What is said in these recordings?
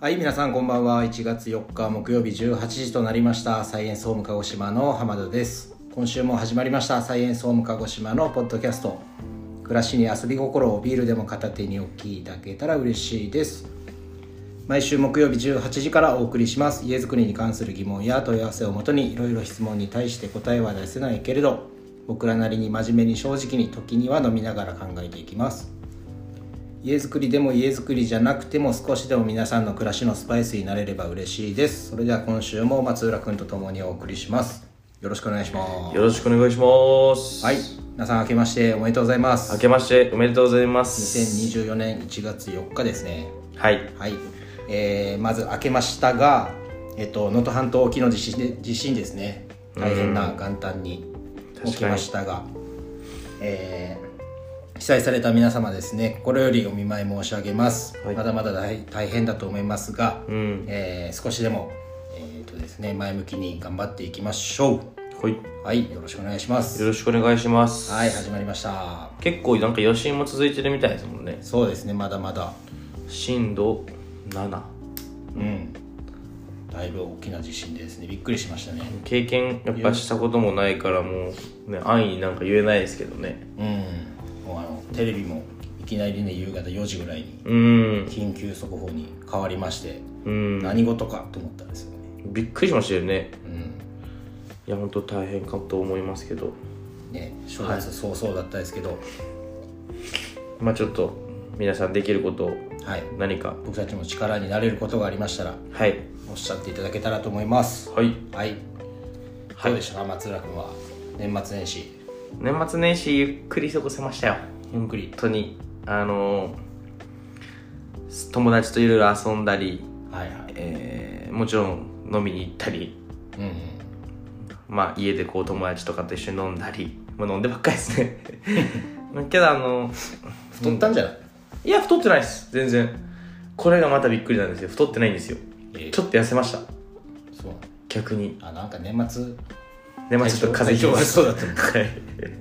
はい、皆さんこんばんは。1月4日木曜日18時となりました。サイエンスホーム鹿児島の浜田です。今週も始まりました。サイエンスホーム鹿児島のポッドキャスト。暮らしに遊び心をビールでも片手にお聞きいただけたら嬉しいです。毎週木曜日18時からお送りします。家づくりに関する疑問や問い合わせをもとにいろいろ質問に対して答えは出せないけれど、僕らなりに真面目に正直に時には飲みながら考えていきます。家づくりでも家づくりじゃなくても少しでも皆さんの暮らしのスパイスになれれば嬉しいですそれでは今週も松浦君と共にお送りしますよろしくお願いしまよろしくお願いします。すはい皆さん明けましておめでとうございます明けましておめでとうございます。 2024年1月4日ですねはい。はい、えーまず明けましたがえっと能登半島沖の地震で地震ですね大変な元旦に起きましたが、えー被災された皆様ですね心よりお見舞い申し上げます、はいまだまだ大大変だと思いますが、うん。えー少しでも、えーとですね、前向きに頑張っていきましょはい。ようはいよろしくお願いしますろしくお願いします。はい始まりました結構なんか余震も続いてるみたいですもんね。そうですねまだまだ震度7。うんだいぶ大きな地震でですねびっくりしましたね経験やっぱしたこともないからもう、ね、安易になんか言えないですけどね。うんもうあのテレビもいきなりね夕方4時ぐらいにうん。緊急速報に変わりまして、うん。何事かと思ったんですよねびっくりしましたよね。うんいや、本当大変かと思いますけど。ね正月早々だったですけどまあちょっと、皆さんできることをはい、何か。僕たちも力になれることがありましたらはい。おっしゃっていただけたらと思いますはい。はいどうでしたか松浦君は年末年始年末年始ゆっくり過ごせましたよゆっくり本当にあのー友達といろいろ遊んだり、はいはいえーもちろん飲みに行ったり、うんうんまあ、家でこう友達とかと一緒に飲んだり、まあ、飲んでばっかりです ねけどあの太ったんじゃない、いや太ってないです全然これがまたびっくりなんですよ太ってないんですよええちょっと痩せましたそう逆にあなんか年末でまあちょっと風邪ひきま悪しそうだったたは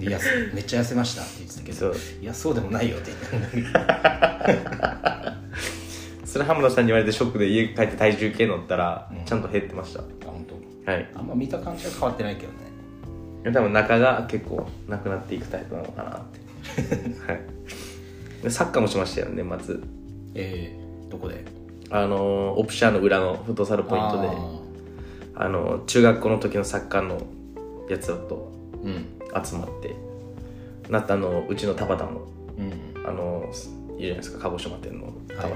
いいやめっちゃ痩せましたって言ってたけそどういやそうでもないよって言ったんだけどそれ浜田さんに言われてショックで家帰って体重計乗ったら、ちゃんと減ってましたあ本当はいあんま見た感じは変わってないけどね多分中が結構なくなっていくタイプなのかな って、はい、でサッカーもしましたよね年末えー、どこであのーオプシャーの裏のフットサルポイントであのー中学校の時のサッカーのやつだとあーうん集まってなったあのうちの田端のうんあのーいるじゃないですか鹿児島店の田端、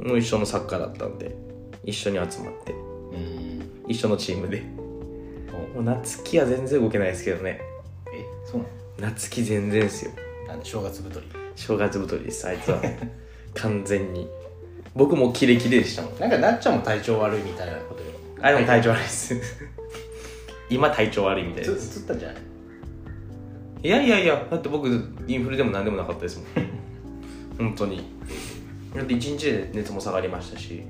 もう一緒のサッカーだったんで一緒に集まってうん一緒のチームでおもう夏希は全然動けないですけどねえそうな夏希全然ですよのなんで正月太り正月太りですあいつは完全に僕もキレキレでしたもんなんかなっちゃんも体調悪いみたいなことよあでも体調悪いです今体調悪いみたいつですつったんじゃないいやいやいやだって僕インフルでも何でもなかった ですもん本当にだって1日で熱も下がりましたし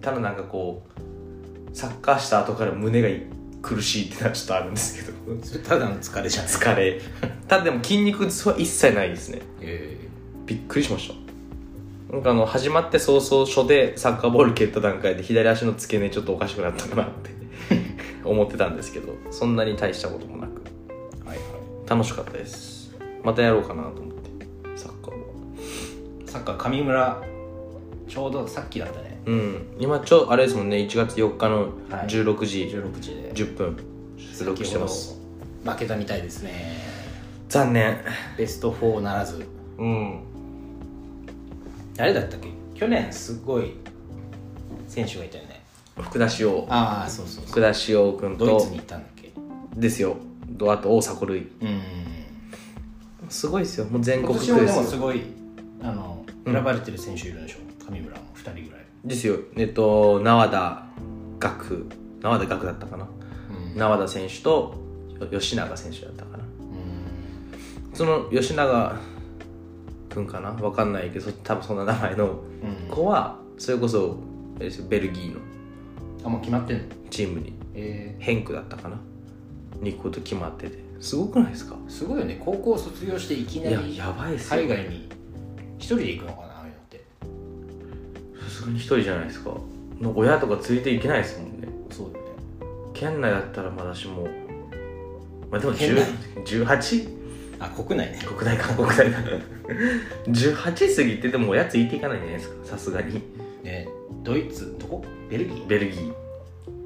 ただなんかこうサッカーした後から胸が苦しいってのはちょっとあるんですけどそれただの疲れじゃない疲れ ただでも筋肉痛は一切ないですねえびっくりしましたなんかあの始まって早々初でサッカーボール蹴った段階で左足の付け根ちょっとおかしくなったかなって 思ってたんですけどそんなに大したこともなくえはいはい楽しかったですまたやろうかなと思ってサッカーもサッカー上村ちょうどさっきだったねうん今ちょあれですもんね1月4日のはい16時16時で10分出力してます負けたみたいですね残念ベスト4ならずうん誰だったっけ去年すごい選手がいたよね福田師王ああそうそうそう福田師王君ドイとツに行ったんだっけですよとあと大迫塁うんすごいですよもう全今国区年もでですもよすごいあの選ばれてる選手いるでしょ、上村も2人ぐらい、ですよえっと縄田岳縄田岳だったかなうん縄田選手とよ吉永選手だったかなうんその吉永君かなわかんないけどそ多分そんな名前のうん子はそれこそあれですよベルギーのあもう決まってんのチームにえヘンクだったかなに行くこと決まっててすごくないですかー、すごいよね高校卒業していきいなやりやばいっすよ海外に一人で行くのかなああいうのってさす当に一人じゃないですかの親とか連れていけないですもんねそうだよね県内だったらまだしもまあでも県内 18? あ国内ね国内か国内か18過ぎてでも親ついていかないじゃないですかさすがにねドイツどこベルギーベルギー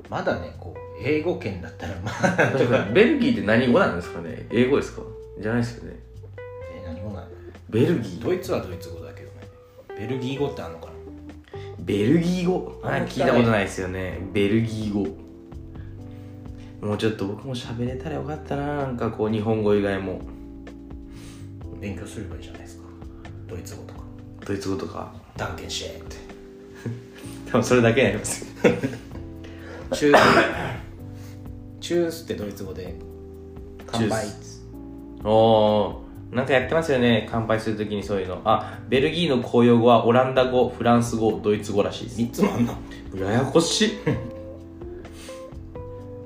まだねこう英語圏だったらまだあかとらかベルギーって何語なんですかね英語ですかじゃないですよね え何語なのベルギードイツはドイツ語だけどねベルギー語ってあんのかなベルギー語ああ聞いたことないですよねベルギー語もうちょっと僕も喋れたらよかったななんかこう日本語以外も勉強すればいいじゃないですかドイツ語とかドイツ語とか断言しえって多分それだけになり ますチュースチュースってドイツ語で乾杯チュおおーなんかやってますよね乾杯するときにそういうのあベルギーの公用語はオランダ語フランス語ドイツ語らしいです3つもあんのややこしいこ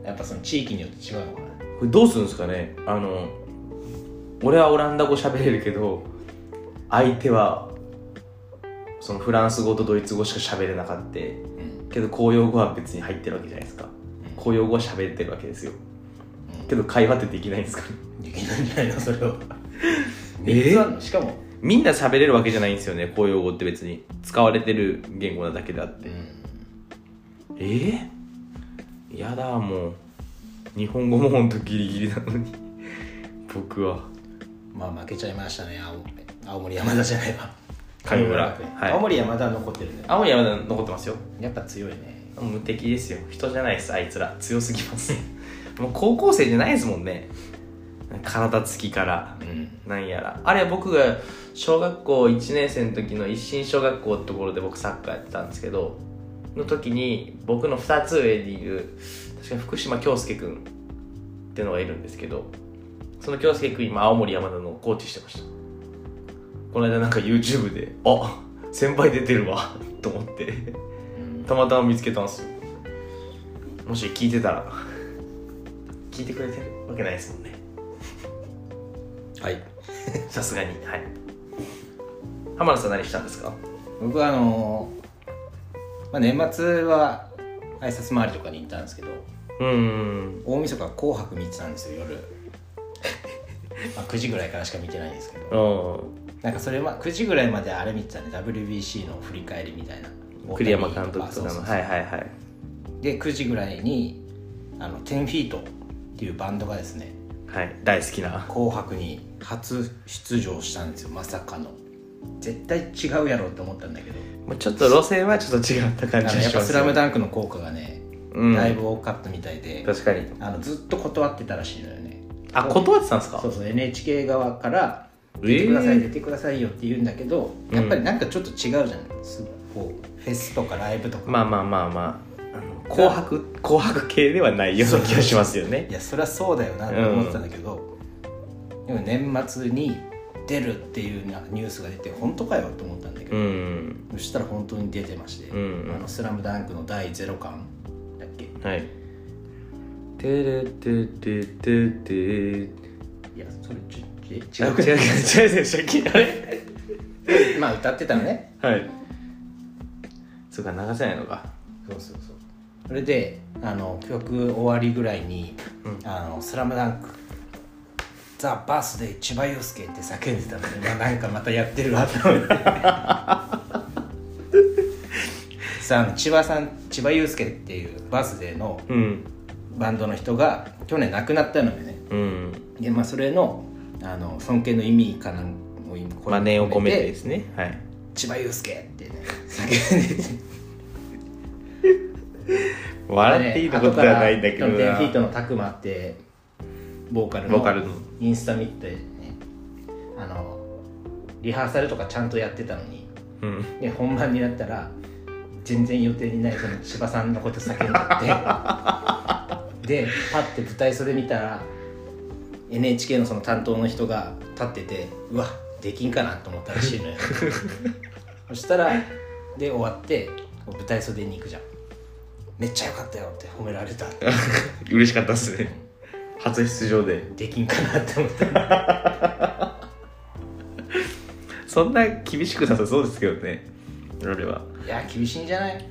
やっぱその地域によって違うのかなれどうするんですかねあの俺はオランダ語喋れるけど相手はそのフランス語とドイツ語しか喋れなかったうんけど公用語は別に入ってるわけじゃないですか公用語は喋ってるわけですようんけど会話ってできないんですかねできないんじゃないのそれはえ3つあんのしかもみんな喋れるわけじゃないんですよね公用語って別に使われてる言語なだけであってえー、やだもう日本語もほんとギリギリなのに 僕はまあ負けちゃいましたね青青森山田じゃないわ神村学園はい青森山田は残ってるね青森山田残ってますよやっぱ強いね無敵ですよ人じゃないですあいつら強すぎ ますもう高校生じゃないですもんね体つきからうんなんやらあれ僕が小学校1年生の時の一新小学校ってところで僕サッカーやってたんですけどの時に僕の2つ上にいる確か福島恭介君っていうのがいるんですけどその恭介君今青森山田のコーチしてましたこの間なんか YouTube で「あ先輩出てるわ」と思ってたまたま見つけたんですよもし聞いてたら聞いてくれてるわけないですもんねはいさすがにはい浜田さん何したんですか僕はあのーまあ、年末は挨拶回りとかに行ったんですけどうん大晦日紅白見てたんですよ夜まあ9時ぐらいからしか見てないんですけどああなんかそれ、ま、9時ぐらいまであれ見てたね WBC の振り返りみたいな栗山監督とそうかそのうはいはいはいで9時ぐらいにあの10フィートっていうバンドがですねはい大好きな紅白に初出場したんですよまさかの絶対違うやろうと思ったんだけどもうちょっと路線はちょっと違ったあ感のじがやっしぱ「まスすラムンダンクの効果がね、うんだいぶ多かったみたいで確かにあのずっと断ってたらしいのよねあ断ってたんですかそうそう NHK 側から「えー出てください、出てくださいよ」って言うんだけどやっぱうりんなんかちょっと違うじゃない、すこうフェスとかライブとか、まあまあまあまああの紅白紅白系ではないような気がしますよねいやそりゃそうだよなと思ってたんだけど、でも年末に出るっていうなニュースが出て本当かよと思ったんだけうど、んそしたら本当に出てまして「うんあのスラムダンクの第0巻だっけはいてれてててていやそれち違ょ違うう違う違う違う違うあれ まあ歌ってたのねはいそうか流せないのかそうそうそうそれであの曲終わりぐらいに「うんあのスラムダンクザ・バースデー千葉雄介って叫んでたので、まあ、なんかまたやってるわと思って さああの千葉さん千葉雄介っていうバースデーのうんバンドの人が去年亡くなったのよねうんでまあそれのあの尊敬の意味かなんを今まあ念を込めてですねはい千葉雄介ってね叫んでて笑っていいとことはないんだけど後から4.0なフィートのタクマってボーカルボーカルののインスタ見てねあのリハーサルとかちゃんとやってたのにうんで本番になったら全然予定にないその千葉さんのこと叫んじゃって でパッて舞台袖見たら NHK のその担当の人が立っててうわできんかなと思ったらしいの よそしたらで終わってこう舞台袖に行くじゃんめっちゃ良かったよって褒められた嬉しかったっすね初出場でできんかなって思ったそんな厳しくなさそうですけどね俺はいや厳しいんじゃない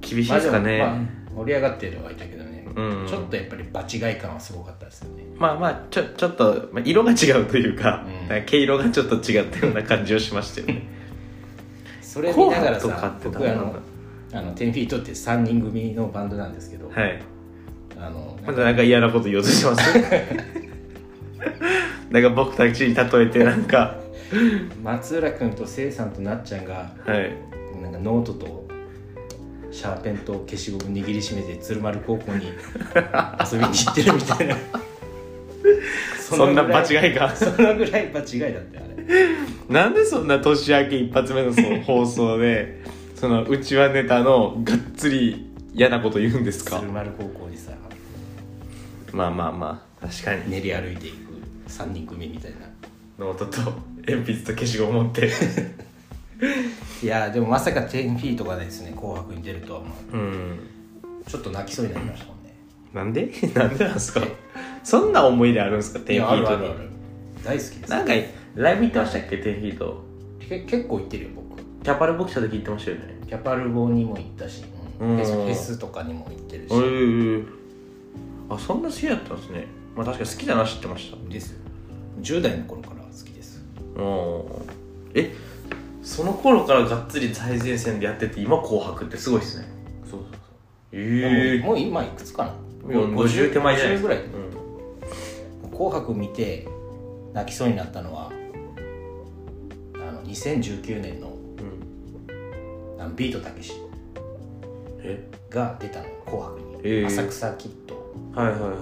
厳しいですかね、まあでもまあ盛り上がってるはいたけどね、うんちょっとやっぱり場違い感はすごかったですよねまあまあちょちょっと、まあ、色が違うというか,、うんなんか毛色がちょっと違ったような感じをしましたよねそれ見ながら紅さ白とかって僕あなんだのあの10フィートって3人組のバンドなんですけど、はいあのまたなんか嫌なこと言おうとしてます なんか僕たちに例えてなんか松浦君とせいさんとなっちゃんがはいなんかノートとシャーペンと消しゴム握りしめて鶴丸高校に遊びに行ってるみたいな そんな場い違いがそのぐらい場違いだってあれなんでそんな年明け一発目のその放送 でそのうちわネタのがっつり嫌なこと言うんですか鶴丸高校にさまあまあまあ確かに練り歩いていく3人組みたいなノートと鉛筆と消しゴム持っていやーでもまさか10フィーとかですね「紅白」に出るとは思うんうちょっと泣きそうになりましたもんねなんで なんでなんですかそんな思い出あるんですかテンフィートに大好きですなんかライブ行ってましたっけテンフィートけ結構行ってるよ僕キャパルボクシャーで聞いてましたよねキャパルボにも行ったし、うんうんフェスフェスとかにも行ってるし、ええあそんな好きだったんですねまあ確かに好きだな知ってましたですよ10代の頃から好きですうんえその頃からがっつり最前線でやってて今「紅白」ってすごいっすねそうそうえもうもう今いくつかなえ50手前じゃない50ぐらいう「ん紅白」見て泣きそうになったのはあの2019年のうんあのビートたけしえが出たの「紅白に」へえ浅草キッドはいはいはい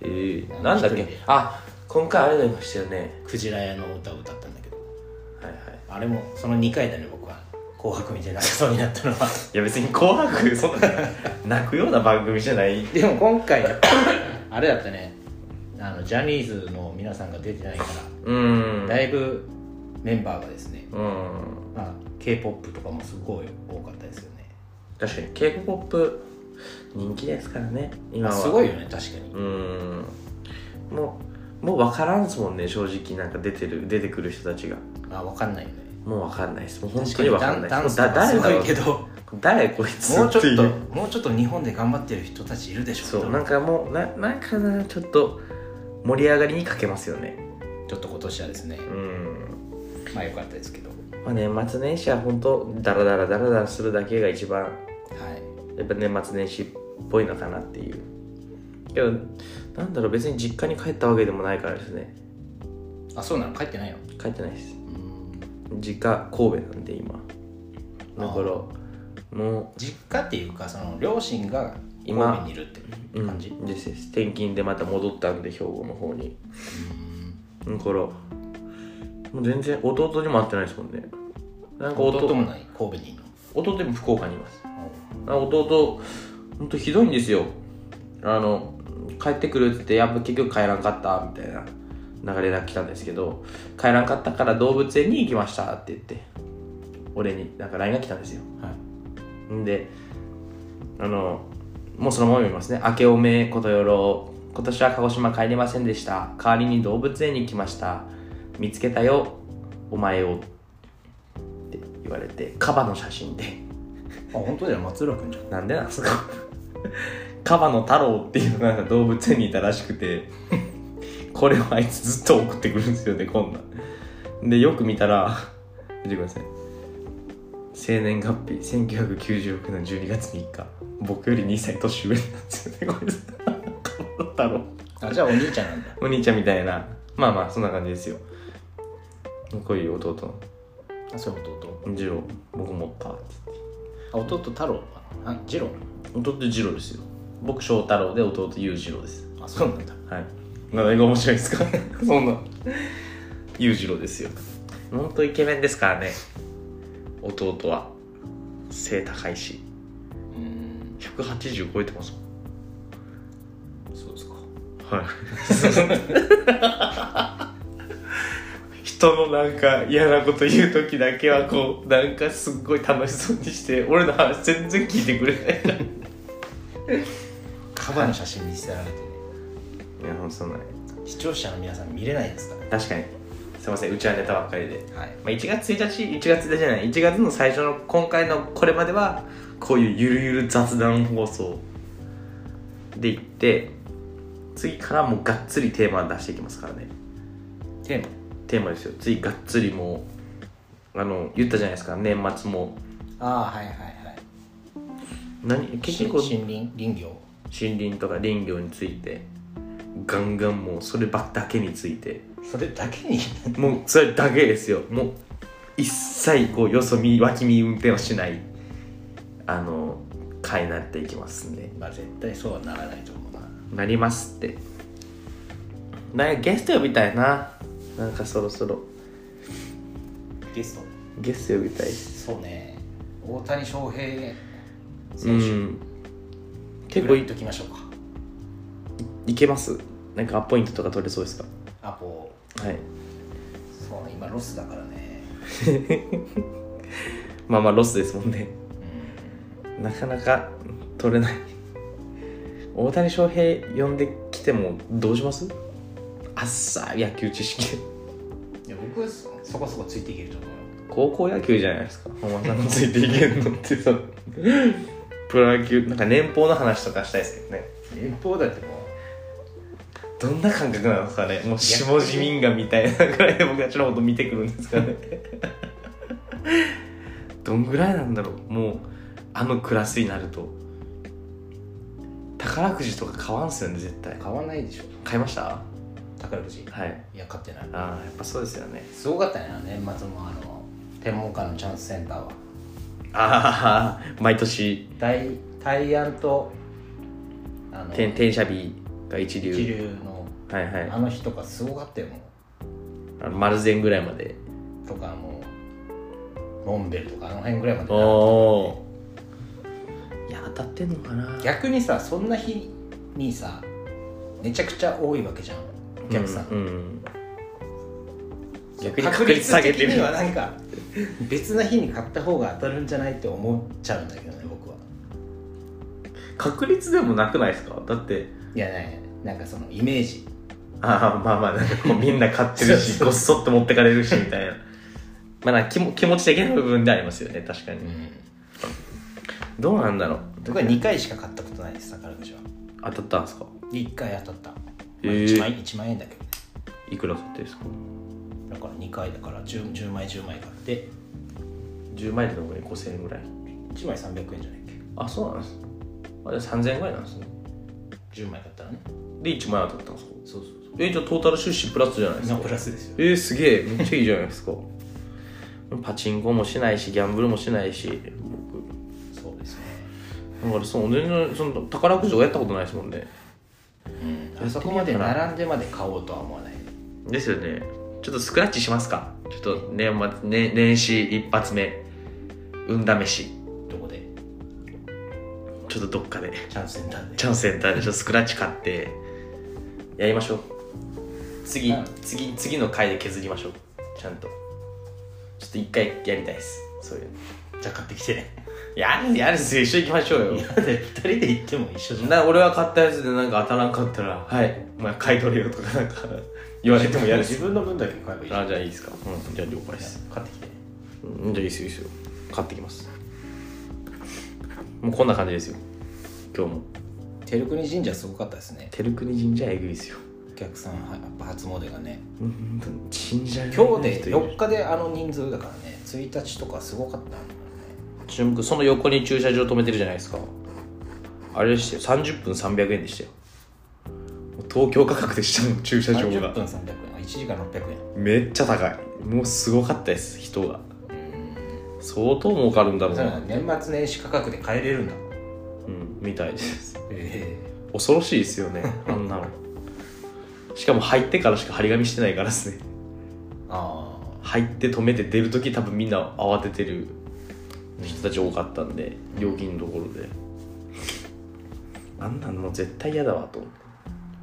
ええあのなんだっ一人けであ今回あれがいましたよねクジラ屋の歌を歌ったんだけどはいはいあれもその2回だね僕は「紅白」見て泣きそうになったの はいや別に「紅白」そんな泣くような番組じゃないでも今回 あれだったねあのジャニーズの皆さんが出てないからうんだいぶメンバーがですね、うんまあ、k p o p とかもすごい多かったですよね確かに k p o p 人気ですからね今はすごいよね確かに、うーんもうもう分からんすもんね正直なんか出てる出てくる人たちがまあ分かんないよねもう分かんないですもう本当に分かんないダンでスすともうだかす誰だごろいうけど誰こいつもうちょていっともうちょっと日本で頑張ってる人たちいるでしょそうとなんかもうななんかなちょっと盛り上がりに欠けますよねちょっと今年はですねうんまあ良かったですけどはまあ年末年始は本当ダラダラダラダラするだけが一番いやっぱ年末年始っぽいのかなっていうけどなんだろう別に実家に帰ったわけでもないからですねあそうなの帰ってないの帰ってないですうん実家神戸なんで今だからも実家っていうかその両親が神今戸にいるってう感じ、うんですです転勤でまた戻ったんで兵庫の方にだからもう全然弟にも会ってないですもんねなんか弟弟弟ももない神戸にいるのも福岡にいますあ弟ほんとひどいんですよあの帰ってくるって言ってやっぱ結局帰らんかったみたいな流れが来たんですけど帰らんかったから動物園に行きましたって言って俺になんか LINE が来たんですよはいんであのもうそのまま読みますね「明けおめことよろ今年は鹿児島帰れませんでした代わりに動物園に来ました見つけたよお前を」って言われてカバの写真であ本当だよ松浦君じゃんなんでなんですかカバの太郎っていうなんか動物園にいたらしくてこれをあいつずっと送ってくるんですよねこんなんでよく見たら見てください生年月日1996年12月3日僕より2歳年上なんですよねこれカバの太郎あじゃあお兄ちゃんなんだお兄ちゃんみたいなまあまあそんな感じですよこういう弟あそう弟の次郎僕持ったってあ弟太郎あ次郎弟次郎ですよ僕翔太郎で弟裕次郎ですあそうなんだはい。何が面白いですか そんな。裕次郎ですよ。本当イケメンですからね。弟は。背高いし。うん180超えてますもんそうですかはい。人のなんか嫌なこと言う時だけはこう、なんかすっごい楽しそうにして、俺の話全然聞いてくれない。カバーの写真見せられてねいや、ほんとそんなね。視聴者の皆さん見れないですからね確かに。すいませんうちはネタばっかりで、はいまあ、1月1日1月1日じゃない1月の最初の今回のこれまではこういうゆるゆる雑談放送でいって次からもうがっつりテーマ出していきますからねテーマテーマですよ次がっつりもうあの言ったじゃないですか年末もああはいはいはい何結し局森林林業森林とか林業についてガンガンもうそればっだけについてそれだけにもうそれだけですよもう一切こうよそ見脇見運転をしないあの回になっていきますね まあ絶対そうはならないと思うななりますってなんかゲスト呼びたいななんかそろそろゲストゲスト呼びたいそうね大谷翔平う選手ん結結構構いっいときましょうかいけますなんかアポイントとか取れそうですかアポはいそうね今ロスだからねまあまあロスですもんねうなかなか取れない大谷翔平呼んできてもどうしますあっさ野球知識んいや僕はそそこそこついていけると思うよ高校野球じゃないですか本間さんのついていけるのってさプロ野球なんか年俸の話とかしたいですけどね連邦だってもうどんな感覚なんですかねもう下地民がみたいなぐらいで僕たちのこと見てくるんですかねどんぐらいなんだろうもうあのクラスになると宝くじとか買わんすよね絶対買わないでしょ買いました宝くじいはいや買ってないああやっぱそうですよねすごかったねあの年末もあの天文館のチャンスセンターはああ毎年大大安とあの転転写日が一流一流のはいはいあの日とかすごかったよもあの丸善ぐらいまでうとかもうモンベルとかあの辺ぐらいまでおおーいや当たってんのかな逆にさそんな日にさめちゃくちゃ多いわけじゃんお客さん、うん、うんそう逆に確率下げ確率的てみにるはなんか別な日に買った方が当たるんじゃないって思っちゃうんだけどね僕は確率でもなくないですかだっていやねなんかそのイメージああまあまあなんかこうみんな買ってるそしうそうごっそっと持ってかれるしみたいな まあなんか気も気持ち的な部分でありますよね確かに、うんどうなんだろう僕は2回しか買ったことないです宝くじは当たったんですか1回当たった、まあ、へえ 1, 万円1万円だけどねいくら買ってるんですかだから2回だから 10, 10枚10枚買って10枚でどのぐらい5000円ぐらい1枚300円じゃないっあそうなんですあれ3000円ぐらいなんですねけ10枚買ったらねで1万円当たったんですかそうそうえじゃあトータル出資プラスじゃないですのかプラスですよえー、すげえめっちゃいいじゃないですか パチンコもしないしギャンブルもしないし僕そうですねだからそう全然その宝くじとかやったことないですもんねあそこまで並んでまで買おうとは思わないですよねちょっとスクラッチしますかちょっと年末、ね、年始一発目運試しどこでちょっとどっかでチャンスセンターでチャンスセンターでちょっとスクラッチ買ってやりましょう次うん次次の回で削りましょうちゃんとちょっと一回やりたいですそういうのじゃあ買ってきてねやるやるっすよ一緒に行きましょうよ今まで2人で行っても一緒じゃんな俺は買ったやつでなんか当たらんかったら「はいお前買い取れよ」とかなんか言われてもやるし自分の分だけ買えばいいじゃん あじゃあいいですか、うん、じゃあ了解です、買ってきてねうん、じゃあいいっすよいいっすよ買ってきますもうこんな感じですよ今日も照国神社すごかったですね照国神社えぐいっすよお客さんはやっぱ初詣がねうん神社今日で4日であの人数だからね1日とかすごかったんだよね注目その横に駐車場止めてるじゃないですかあれでしたよ30分300円でしたよもう東京価格でしたもん駐車場30が分300円1時間600円めっちゃ高いもうすごかったです人が相当儲かるんだろうそうな、だ年末年始価格で買えれるんだうん、みたいですえ恐ろしいです よねあんなのしかも入ってからしか張り紙してないからですねえああ入って止めて出る時多分みんな慌ててる人たち多かったんで料金のところであんなのもう絶対嫌だわと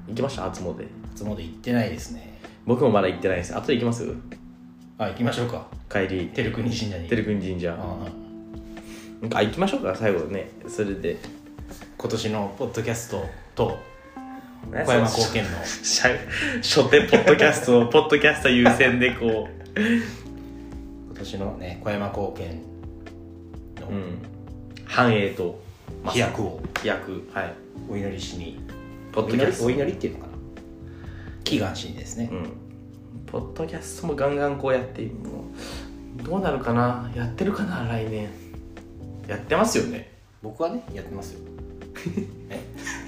行きました初詣初詣行ってないですね僕もまだ行ってないです後で行きますあ行きましょうか帰り照国神社に照君神社ああなんか行きましょうか最後ねそれで今年のポッドキャストとね小山貢献のしゃ 初手ポッドキャストをポッドキャスト優先でこ今年のね小山貢献のう、うん、繁栄とまあ飛躍を飛躍はいお祈りしにポッドキャストお祈りお祈りっていうのかな祈願しにですね、うん、ポッドキャストもガンガンこうやってもうどうなるかなやってるかな来年やってますよね僕はねやってますよ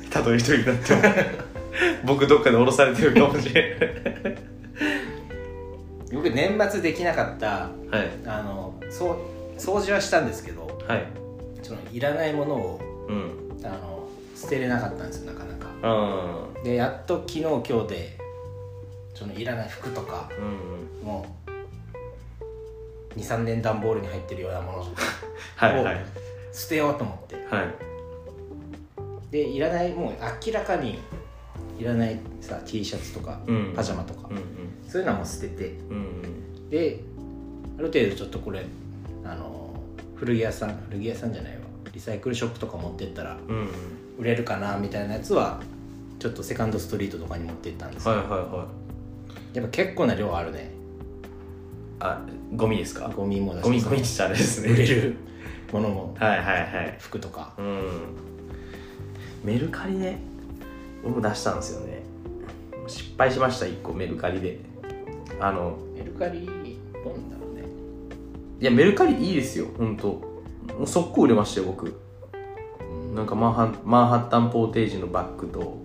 たとえ一人になっても 僕どっかで降ろされてるかもしれ僕年末できなかったない はいあのそう掃除はしたんですけどはいそのいらないものをうんあの捨てれなかったんですよなかなかあでやっと昨日今日でそのいらない服とかーうんもう23年段ボールに入ってるようなものとかはいはい捨てようと思ってはいでいらないもう明らかにいらないさ T シャツとかうんパジャマとか、うんそういうのはもう捨ててうんうんである程度ちょっとこれあの古着屋さん古着屋さんじゃないわリサイクルショップとか持ってったらうん売れるかなみたいなやつはちょっとセカンドストリートとかに持って行ったんですはよいはいはいやっぱ結構な量あるねあゴミですかゴミもだしゴミゴミって言ったらあれですね売れるものもはいはいはい服とかうんメルカリね俺も出したんですよね失敗しました1個メルカリであのメルカリどうなんだろうねいやメルカリいいですよほんともう速攻売れましたよ僕なんかマンハンマンハッタンポーテージのバッグと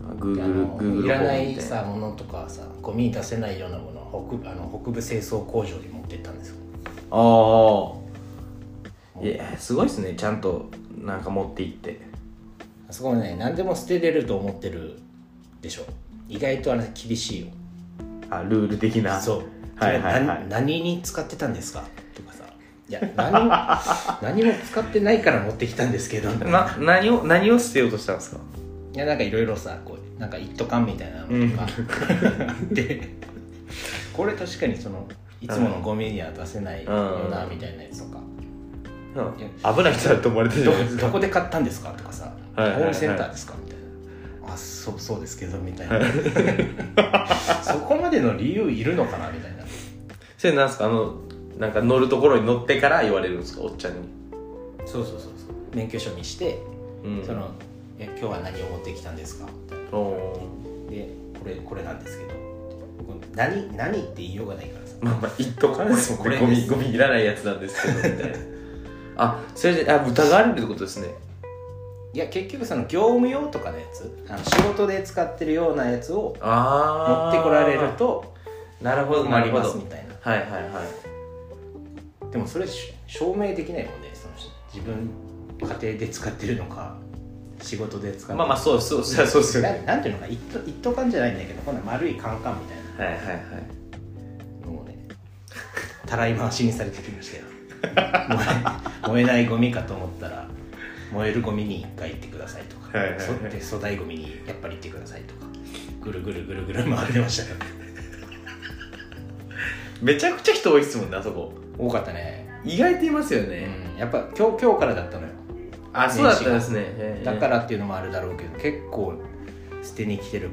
あグーあグルのグーグルいらないさものとかさゴミ出せないようなものを北あの北部清掃工場に持ってったんですよああいやすごいですねちゃんとなんか持って行ってあそこもね何でも捨てれると思ってるでしょ意外とあれ厳しいよあルール的なそうはいはいはいな何に使ってたんですかとかさいや何 も何も使ってないから持ってきたんですけどな何を何を捨てようとしたんですかいやなんかいろいろさこうなんか一斗缶みたいなのとか、 でこれ確かにそのいつものゴミには出せないよなうんみたいなやつとか、い危ない人だと思われてるじゃないですどどかこで買ったんですかとかさ、はいはいはいホームセンターですかみたいなあそうそうですけどみたいな、 そこまでの理由いるのかなみたいなそれなんですかあのなんか乗るところに乗ってから言われるんですかおっちゃんに、そうそうそうそう免許証にして、うんそのえ今日は何を持ってきたんですかみたいなおでこれこれなんですけど僕何何って言いようがないからさーまあまあ一斗缶ですもんねこれでゴミすゴミいらないやつなんですけどみ たいなあそれであ疑われるってことですねいや結局その業務用とかのやつあの仕事で使ってるようなやつを持あっあてこられるとなるほどな困るりほまどすみたいなはいはいはいでもそれし証明できないもんねその自分家庭で使ってるのか仕事で使ってるまあまあそうですそうですそうですよなねなんていうのか一斗一斗缶じゃないんだけどこんな丸いカンカンみたいはいはいはいなのをねたらい回しにされてきましたよ 燃え燃えないゴミかと思ったら燃えるゴミに一回行ってくださいとか、はいはいはいそで粗大ゴミにやっぱり行ってくださいとかぐるぐるぐるぐる回ってましたよめちゃくちゃ人多いっすもんねあそこ多かったね、意外といますよね、うん、やっぱ今日今日からだったのよあそうだったんですねええだからっていうのもあるだろうけど結構捨てに来てる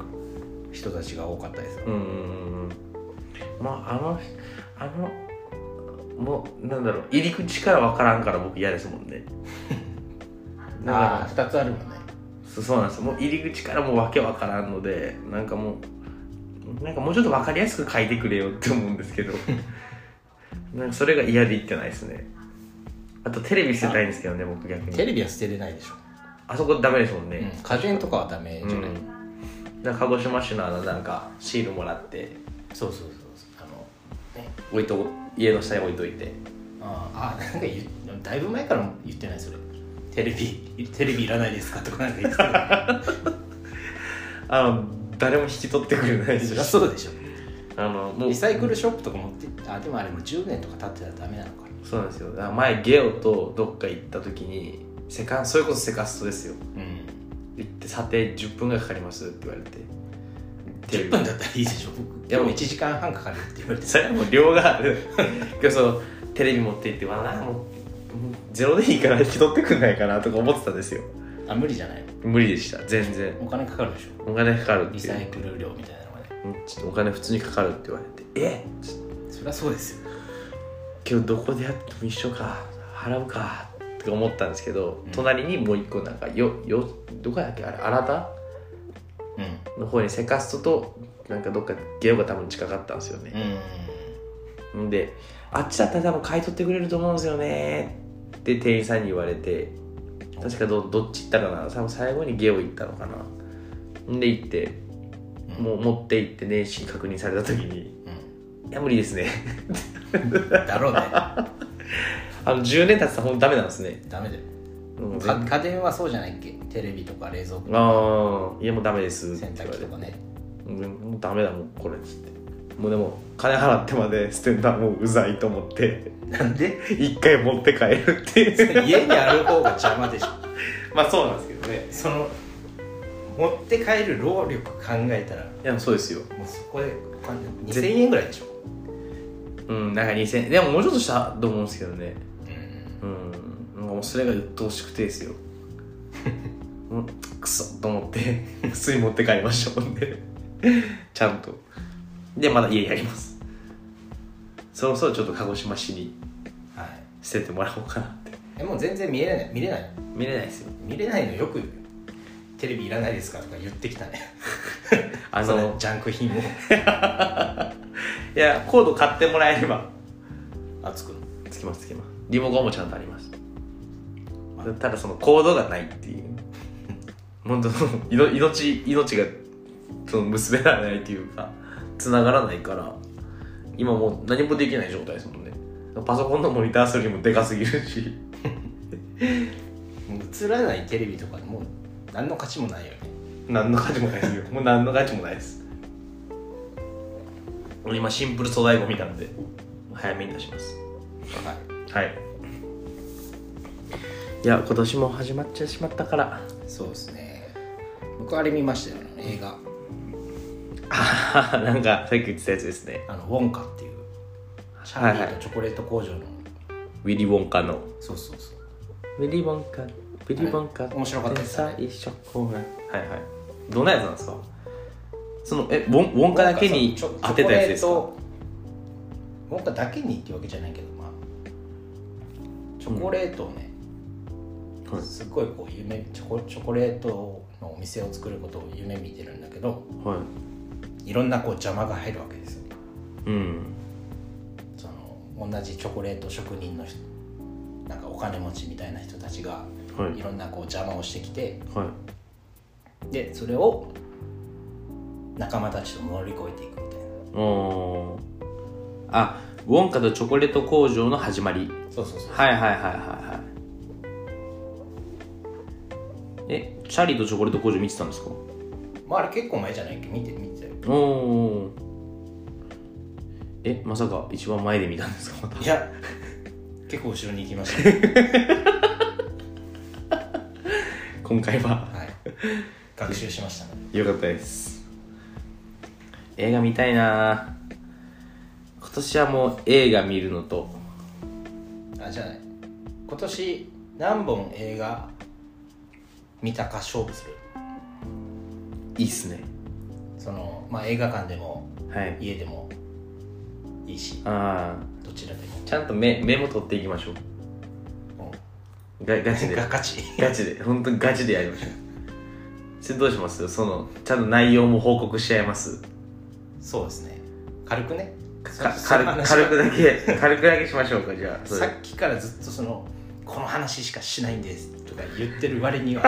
人たちが多かったですよ、うんうんうんうんまああのあのもうなんだろう入り口から分からんから僕嫌ですも んねだあかあ2つあるもんねらそそうなんですよもう入り口からもうわけ分からんのでなんかもうなんかもうちょっと分かりやすく書いてくれよって思うんです けどなんかそれが嫌で言ってないですねあとテレビ捨てたいんですけどね僕逆テにレビは捨てれないでしょ、あそこダメですもんうんね、、家電とかはダメじゃない、うんだから鹿児島市のあのなんかシールもらってそうそうそうそうあのね置いと家の下に置いといてあーあなんか言うだいぶ前から言ってないそれテレビテレビいらないですかとかなんか言ってたあの誰も引き取ってくれない しそりゃそうでしょあのもうリそサイクルショップとか持って行ってあでもあれもう10年とか経ってたらダメなのかなうなんですよだから前ゲオとどっか行った時にセカンそれこそセカストですようん行って査定10分ぐらいかかりますって言われてテレ10ビ分だったらいいでしょ僕ででもも1時間半かかるって言われてそれはもう量 がある今日そのテレビ持って行ってわなんかもうもうゼロでいいから引き取ってくんないかなとか思ってたんですよあ無理じゃない無理でした全然お金かかるでしょお金かかるリっていサイうクル料みたいなのがねうんちょっとお金普通にかかるって言われてえちょっそりゃそうですよと今日どこでやっても一緒か払うかって思ったんですけど、うん隣にもう一個なんかよよどこやっけあれ新田うの方にセカストとなんかどっかゲオが多分近かったんですよね、んうんんで「あっちだったら多分買い取ってくれると思うんですよね」って店員さんに言われて確かどどっち行ったかな多分最後にゲオ行ったのかなんで行ってうんもう持って行って年式確認された時にう「いや無理ですねんだ ろうねあの10年経つとほんとダメなんですねダメだよもうか全家電はそうじゃないっけテレビとか冷蔵庫ああいやもうダメです」って洗言濯機われてとかね「うんもうダメだもうこれ」っつって。もうでも金払ってまで捨てるのはもううざいと思ってなんで一回持って帰るっていう 家にある方が邪魔でしょ まあそうなんですけどねその持って帰る労力考えたらいやそうですよもうそこでぜ2000円ぐらいでしょうん、なんか2000でももうちょっとしたと思うんですけどね。うんうん、なんかもうそれが鬱陶しくてですよ。もうくそと思って、普通に持って帰りましたもんね。ちゃんと。で、まだ家にあります。そろそろちょっと鹿児島市にはい捨ててもらおうかなって。えもう全然見れない見れない見れないですよ。見れないのよく言うよテレビいらないですかとか言ってきたねあそのの、ジャンク品をいや、コード買ってもらえれば。あつくのつきますつきます。リモコンもちゃんとあります。ただその行動がないっていう。 本当そのいの命命がその結べられないというか繋がらないから今もう何もできない状態ですもんね。パソコンのモニター数よりもでかすぎるし。 もう映らないテレビとかもう何の価値もないよね何の価値もないですよもう何の価値もないです俺今シンプル粗大ゴミなんで早めに出しますはいはいいや今年も始まっちゃしまったからそうですね僕あれ見ましたよあの映画ああなんかさっき言ってたやつですねあのウォンカっていうシャはンいデはィいとチョコレート工場のウィリー・ウォンカのそうそうそうウィリー・ウォンカウィリー・ウォンカあれ面白かったですね天才ショッコーマンはいはいどんなやつなんですかそのえウォンウォンカだけにウォンカ当てたやつですチかョコレートウォンカだけにってわけじゃないけどまあチョコレートをね、はいすごいこう夢チョコチョコレートのお店を作ることを夢見てるんだけどはいいろんなこう邪魔が入るわけですようんその同じチョコレート職人の人なんかお金持ちみたいな人たちがはいいろんなこう邪魔をしてきてはいでそれを仲間たちと乗り越えていくみたいなおーあウォンカとチョコレート工場の始まりそうそうそうはいはいはいはいはいえチャーリーとチョコレート工場見てたんですかまああれ結構前じゃないっけ見て見てたよおおえまさか一番前で見たんですかまたいや結構後ろに行きました、ね、 今回ははい学習しましたねよかったです映画見たいな今年はもう映画見るのとあじゃあね今年何本映画見たか勝負するいいっすねそのまあ映画館でもはい家でもいいしああどちらでちゃんとメメモ取っていきましょうもガガチうんでが勝ちガチで、本当にガチでやりましょう。 それどうしますその、ちゃんと内容も報告し合います。そうですね軽くねかそ軽その話くは軽くだけ、軽くだけしましょうか、じゃあ。そされっきからずっとその「この話しかしないんです」とか言ってる割に は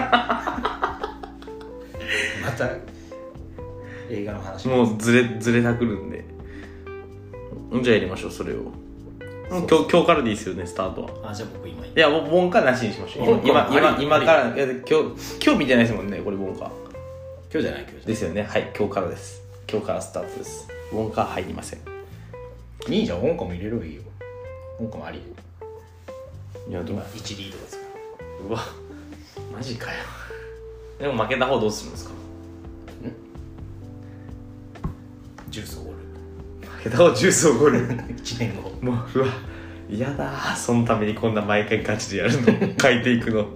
また映画の話もうずれ、ずれたくるんで。じゃあやりましょう、それを。もう今日、今日からでいいですよね、スタートは。あじゃあ僕今言ういや、もう文化なしにしましょう。文今化、今あ、り今から、いや今日、今日見てないですもんね、これ文化。今日じゃない今日じですよね、はい、今日からです。今日からスタートです。文化入りません。ゃないいいじゃん香港も入れればいいよ香港もありいや、どう今1リードですからうわマジかよでも負けた方どうするんですかジュースをおる負けた方ジュースをおごる 1年後もううわ 嫌だそのためにこんな毎回ガチでやるの書いていくの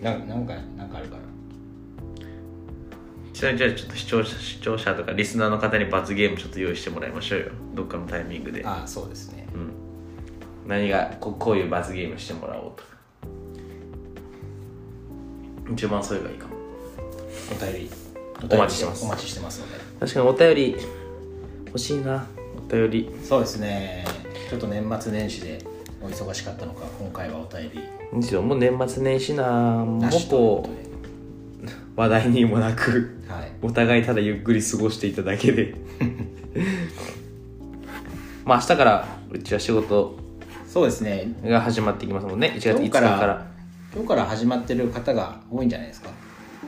ななんかなんかあるかなじゃあじゃあちょっと視聴者視聴者とかリスナーの方に罰ゲームちょっと用意してもらいましょうよどっかのタイミングでああそうですねうん何がここういう罰ゲームしてもらおうとか一番そういうのがいいかもお便りお待ちしてますお待ちしてますので確かにお便り欲しいなお便りそうですねちょっと年末年始でお忙しかったのか今回はお便りですよもう年末年始なもなっしとと話題にもなくはいお互いただゆっくり過ごしていただけ でまあ明日からうちは仕事そうですねが始まっていきますもんね1月今5日日かからら今日から始まってる方が多いんじゃないですか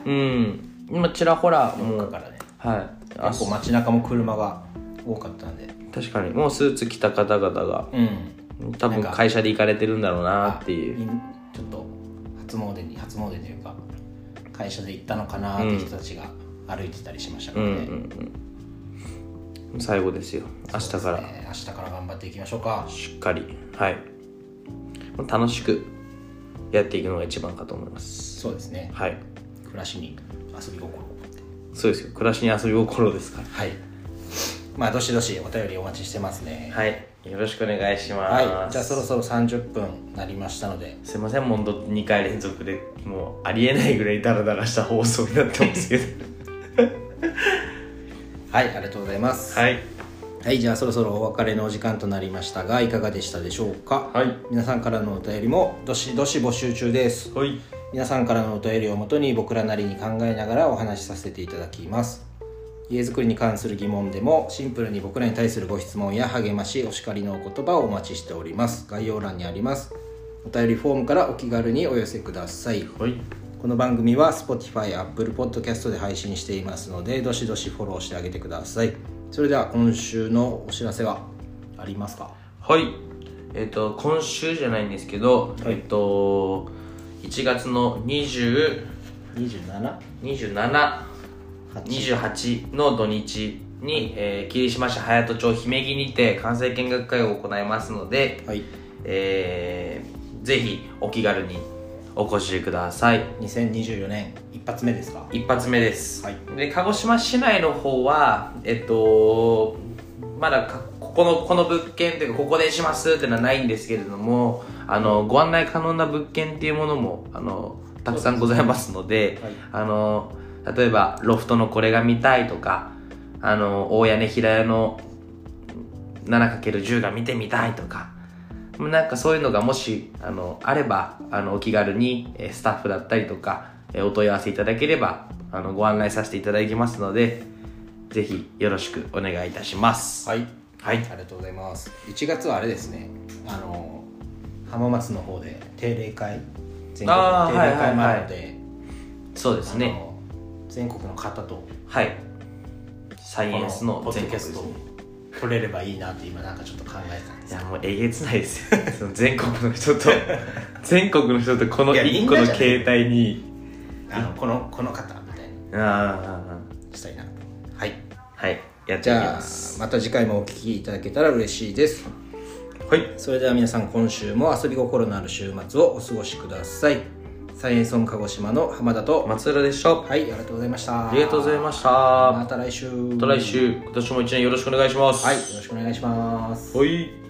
うん今ちらほらも今日うからねはいあ結構街中も車が多かったんで確かにもうスーツ着た方々がうん多分会社で行かれてるんだろうなっていうみんちょっと初詣に初詣というか会社で行ったのかなって人たちが歩いてたりしましたかうらんね、うんうん最後ですよ明日からえー明日から頑張っていきましょうかしっかりはい楽しくやっていくのが一番かと思いますそうですねはい暮らしに遊び心を持ってそうですよ暮らしに遊び心ですからはいまあどしどしお便りお待ちしてますねはいよろしくお願いします、はいじゃあそろそろ30分なりましたのですいませんもうど2回連続でもうありえないぐらいダラダラした放送になってますけ どはいありがとうございますはいはい、じゃあそろそろお別れのお時間となりましたがいかがでしたでしょうか、はい皆さんからのお便りもどしどし募集中ですはい皆さんからのお便りをもとに僕らなりに考えながらお話しさせていただきます家づくりに関する疑問でもシンプルに僕らに対するご質問や励ましお叱りのお言葉をお待ちしております概要欄にありますお便りフォームからお気軽にお寄せくださいはいこの番組は Spotify、Apple Podcast で配信していますので、どしどしフォローしてあげてください。それでは今週のお知らせはありますかはいえっ、と今週じゃないんですけど、はいえっ、と1月の20 ?27? 27 28の土日に、えー霧島市隼人町姫木にて関西見学会を行いますので、はい。えーぜひお気軽にお越しください2024年一発目ですか一発目です、はいで鹿児島市内の方はえっとまだかここのこの物件というかここでしますっていうのはないんですけれどもあのご案内可能な物件っていうものもあのたくさんございますのではいあの例えばロフトのこれが見たいとかあの大屋根平屋の 7×10 が見てみたいとかなんかそういうのがもしあのあればあのお気軽にえースタッフだったりとかえーお問い合わせいただければあのご案内させていただきますのでぜひよろしくお願いいたしますはい。はいありがとうございます。1月はあれですね、あの、浜松の方で定例会、全国あのー定例会もあるので、そうですあねの全国の方とはいサイエンスのポッド全キ国ャでスすトをね取れればいいなって今なんかちょっと考えてたんですいやもうえげつないですよその全国の人 と全国の人とこのいや一個のみんなじゃない携帯にあのこのこの方みたいなああしたいなはいはいやっじていきゃあますまた次回もお聞きいただけたら嬉しいですはいそれでは皆さん今週も遊び心のある週末をお過ごしくださいサイエンソン鹿児島の浜田と松浦でしたはいありがとうございましたありがとうございましたまた来週また来週今年も一年よろしくお願いしますはいよろしくお願いしますはい